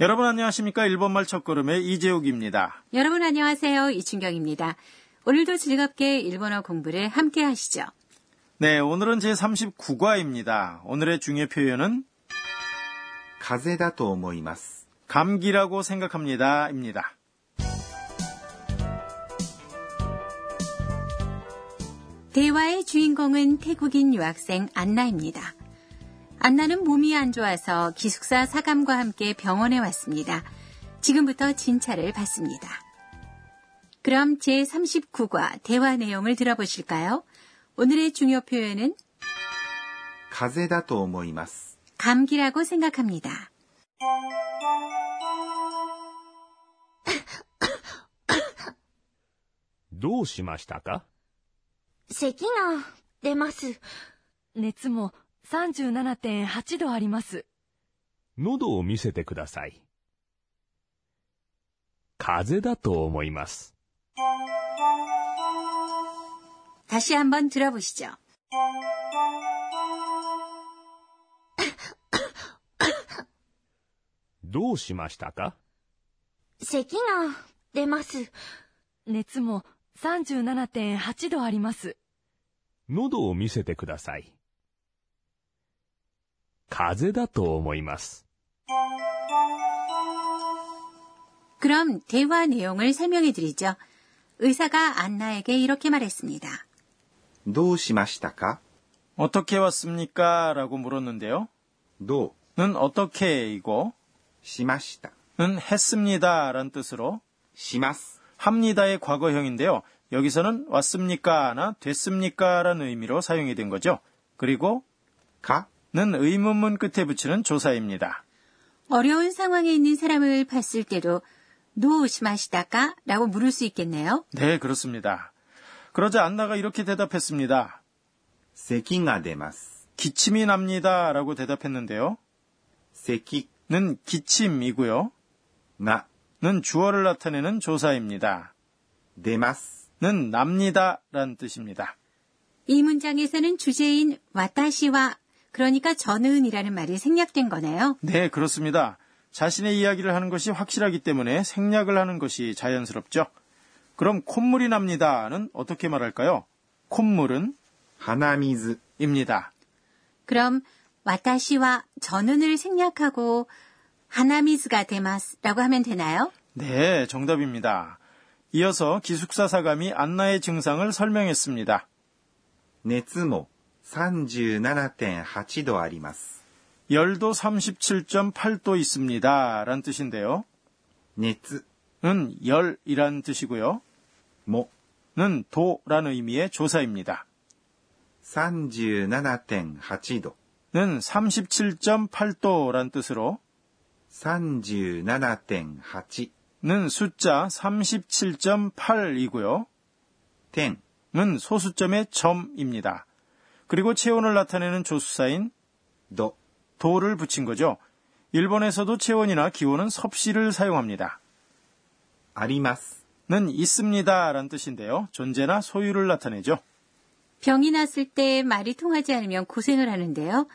여러분 안녕하십니까? 일본말 첫걸음의 이재욱입니다. 여러분 안녕하세요. 이춘경입니다. 오늘도 즐겁게 일본어 공부를 함께 하시죠. 네, 오늘은 제39과입니다. 오늘의 중요 표현은 風邪だと思います。 감기라고 생각합니다. 입니다. 대화의 주인공은 태국인 유학생 안나입니다. 안나는 몸이 안 좋아서 기숙사 사감과 함께 병원에 왔습니다. 지금부터 진찰을 받습니다. 그럼 제39과 대화 내용을 들어보실까요? 오늘의 중요 표현은 風邪だと思います。 감기라고 생각합니다. 「どうしましたか咳が出ます。熱も37.8度あります。喉を見せてください」「風邪だと思います」 다시 한번 들어보시죠. 「どうしましたか咳が出ます。熱も37.8度あります。喉を見せてください」「風邪だと思います」 그럼 대화 내용을 설명해 드리죠. 의사가 안나에게 이렇게 말했습니다. どうしましたか 어떻게 왔습니까? 라고 물었는데요. ど 는 어떻게 이고 うしました。 는 했습니다. 라는 뜻으로 します。 합니다의 과거형인데요. 여기서는 왔습니까나 됐습니까? 라는 의미로 사용이 된 거죠. 그리고 か 는 의문문 끝에 붙이는 조사입니다. 어려운 상황에 있는 사람을 봤을 때도 노시마시다까? 라고 물을 수 있겠네요. 네, 그렇습니다. 그러자 안나가 이렇게 대답했습니다. 咳が出ます。 기침이 납니다. 라고 대답했는데요. 咳 는 기침이고요. が 는 주어를 나타내는 조사입니다. 出ます。 는 납니다. 라는 뜻입니다. 이 문장에서는 주제인 와타시와 그러니까 저는이라는 말이 생략된 거네요. 네, 그렇습니다. 자신의 이야기를 하는 것이 확실하기 때문에 생략을 하는 것이 자연스럽죠. 그럼 콧물이 납니다는 어떻게 말할까요? 콧물은 鼻水 입니다. 그럼 와타시와 저는을 생략하고 하나미즈가 데마스라고 하면 되나요? 네, 정답입니다. 이어서 기숙사 사감이 안나의 증상을 설명했습니다. 熱も37.8度あります。 열도 37.8도 있습니다. 란 뜻인데요. 熱 는 열이란 뜻이고요. も 는 도라는 의미의 조사입니다. 37.8度、 는 37.8도란 뜻으로 37.8 는 숫자 37.8이고요. 点 는 소수점의 점입니다. 그리고 체온을 나타내는 조수사인 度 도를 붙인 거죠. 일본에서도 체온이나 기온은 섭씨를 사용합니다. あります。 는 있습니다 란 뜻인데요. 존재나 소유를 나타내죠. 병이 났을 때 말이 통하지 않으면 고생을 하는데요.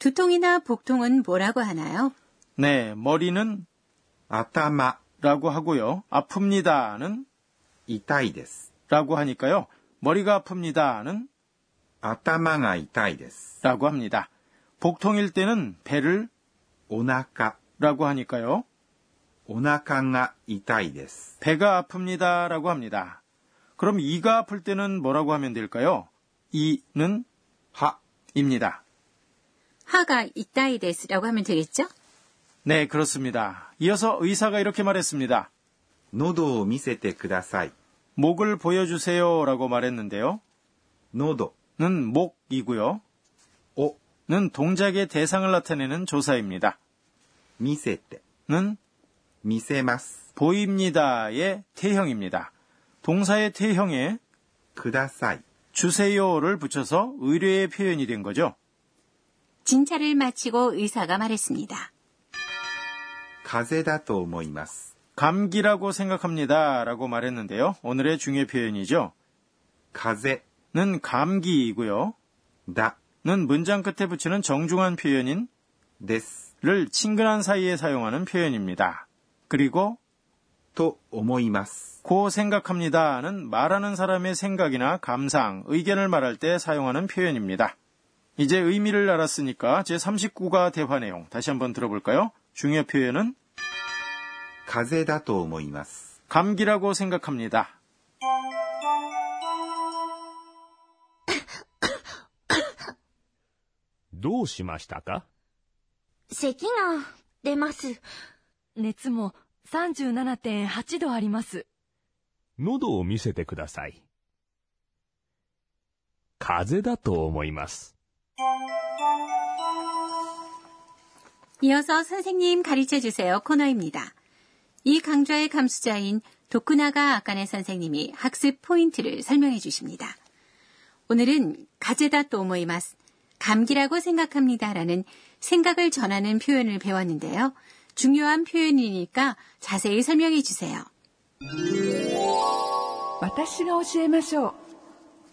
두통이나 복통은 뭐라고 하나요? 네, 머리는 頭 라고 하고요. 아픕니다는 痛いです。 라고 하니까요. 머리가 아픕니다는 頭が痛いです。 라고 합니다. 복통일 때는 배를 お腹、 라고 하니까요. お腹が痛いです。 배가 아픕니다라고 합니다. 그럼 이가 아플 때는 뭐라고 하면 될까요? 이는 は、 입니다. 하가 이따이데스라고 하면 되겠죠? 네, 그렇습니다. 이어서 의사가 이렇게 말했습니다. 喉を見せてください。 목을 보여주세요라고 말했는데요. 喉 는 목이고요. を 는 동작의 대상을 나타내는 조사입니다. 見せて、 는 見せます。 보입니다의 태형입니다. 동사의 태형에 ください。 주세요를 붙여서 의뢰의 표현이 된 거죠. 진찰을 마치고 의사가 말했습니다. 風邪だと思います。 감기라고 생각합니다라고 말했는데요. 오늘의 중요 표현이죠. 風 는 감기이고요. 邪だ 는 문장 끝에 붙이는 정중한 표현인 です。 를 친근한 사이에 사용하는 표현입니다. 그리고 と思います。 고 생각합니다는 말하는 사람의 생각이나 감상, 의견을 말할 때 사용하는 표현입니다. 이제 의미를 알았으니까 제39과 대화 내용 다시 한번 들어볼까요? 중요 표현은 風邪だと思います。 감기라고 생각합니다. どうしましたか咳が出ます。熱も37.8度あります。喉を見せてください。風邪だと思います。 이어서 선생님 가르쳐 주세요 코너입니다. 이 강좌의 감수자인 도쿠나가 아까네 선생님이 학습 포인트를 설명해 주십니다. 오늘은 가제다 또모이마스 감기라고 생각합니다라는 생각을 전하는 표현을 배웠는데요. 중요한 표현이니까 자세히 설명해 주세요. 私が教えましょ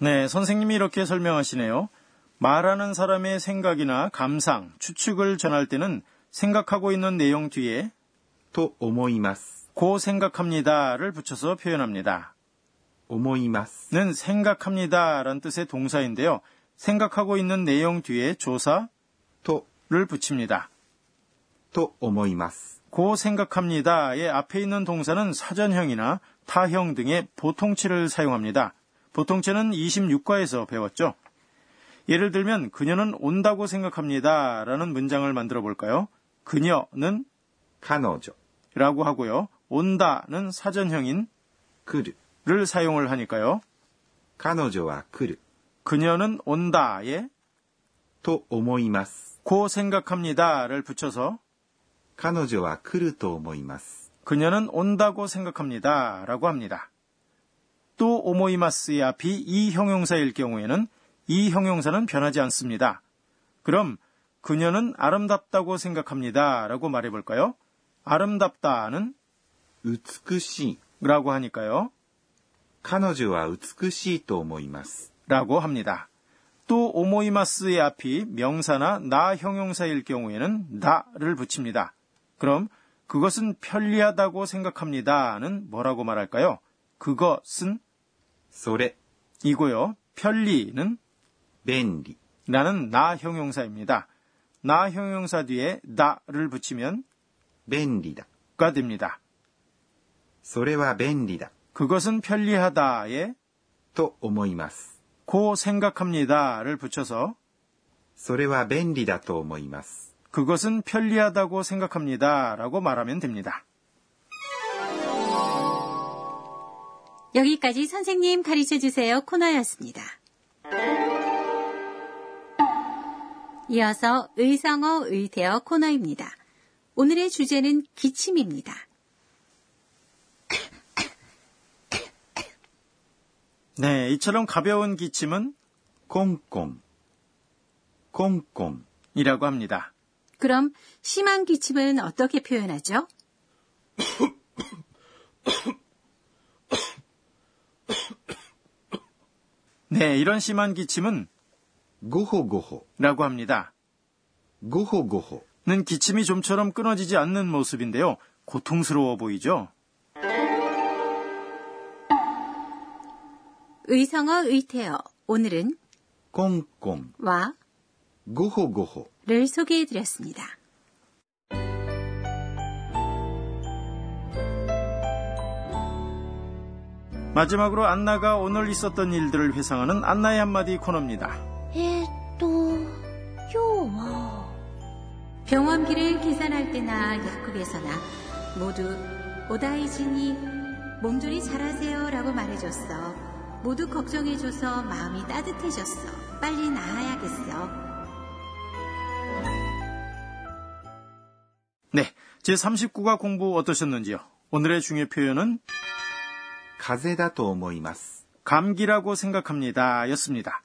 う 네, 선생님이 이렇게 설명하시네요. 말하는 사람의 생각이나 감상, 추측을 전할 때는 생각하고 있는 내용 뒤에 と思います。 고 생각합니다를 붙여서 표현합니다. 思います。 는 생각합니다라는 뜻의 동사인데요. 생각하고 있는 내용 뒤에 조사를 と、 붙입니다. と思います。 고 생각합니다의 앞에 있는 동사는 사전형이나 타형 등의 보통체를 사용합니다. 보통체는 26과에서 배웠죠. 예를 들면 그녀는 온다고 생각합니다라는 문장을 만들어 볼까요? 그녀는 彼女、 라고 하고요. 온다는 사전형인 来る。 를 사용을 하니까요. 彼女は来る。 그녀는 온다에 と思います。 고 생각합니다를 붙여서 彼女は来ると思います。 그녀는 온다고 생각합니다. 라고 합니다. 또 오모이마스의 앞이 이 형용사일 경우에는 이 형용사는 변하지 않습니다. 그럼 그녀는 아름답다고 생각합니다. 라고 말해볼까요? 아름답다는 美しい。 라고 하니까요. 彼女は美しいと思います。 라고 합니다. 또 오모이마스의 앞이 명사나 나 형용사일 경우에는 나를 붙입니다. 그럼 그것은 편리하다고 생각합니다는 뭐라고 말할까요? 그것은 それ、 이고요. 편리는 便利。 나는 나 형용사입니다. 나 형용사 뒤에 나를 붙이면 便利だ。 가 됩니다. それは便利だ。 그것은 편리하다에 と思います。 고 생각합니다를 붙여서 それは便利だと思います。 그것은 편리하다고 생각합니다라고 말하면 됩니다. 여기까지 선생님 가르쳐 주세요 코너였습니다. 이어서 의성어 의태어 코너입니다. 오늘의 주제는 기침입니다. 네, 이처럼 가벼운 기침은 コンコン。コンコン。 이라고 합니다. 그럼 심한 기침은 어떻게 표현하죠? 네, 이런 심한 기침은 ごほごほ。 라고 합니다. ごほごほ。 는 기침이 좀처럼 끊어지지 않는 모습인데요. 고통스러워 보이죠? 의성어 의태어 오늘은 コンコン。ごほごほ。 와를 소개해 드렸습니다. 마지막으로 안나가 오늘 있었던 일들을 회상하는 안나의 한마디 코너입니다. えーっと、今日は、 병원비를 계산할 때나 약국에서나 모두 오다이진이 몸조리 잘하세요라고 말해줬어. 모두 걱정해줘서 마음이 따뜻해졌어. 빨리 나아야겠어. 네, 제39과 공부 어떠셨는지요? 오늘의 중요 표현은 風邪だと思います。 감기라고 생각합니다 였습니다.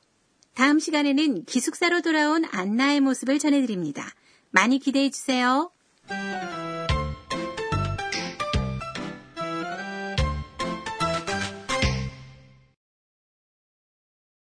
다음 시간에는 기숙사로 돌아온 안나의 모습을 전해드립니다. 많이 기대해주세요.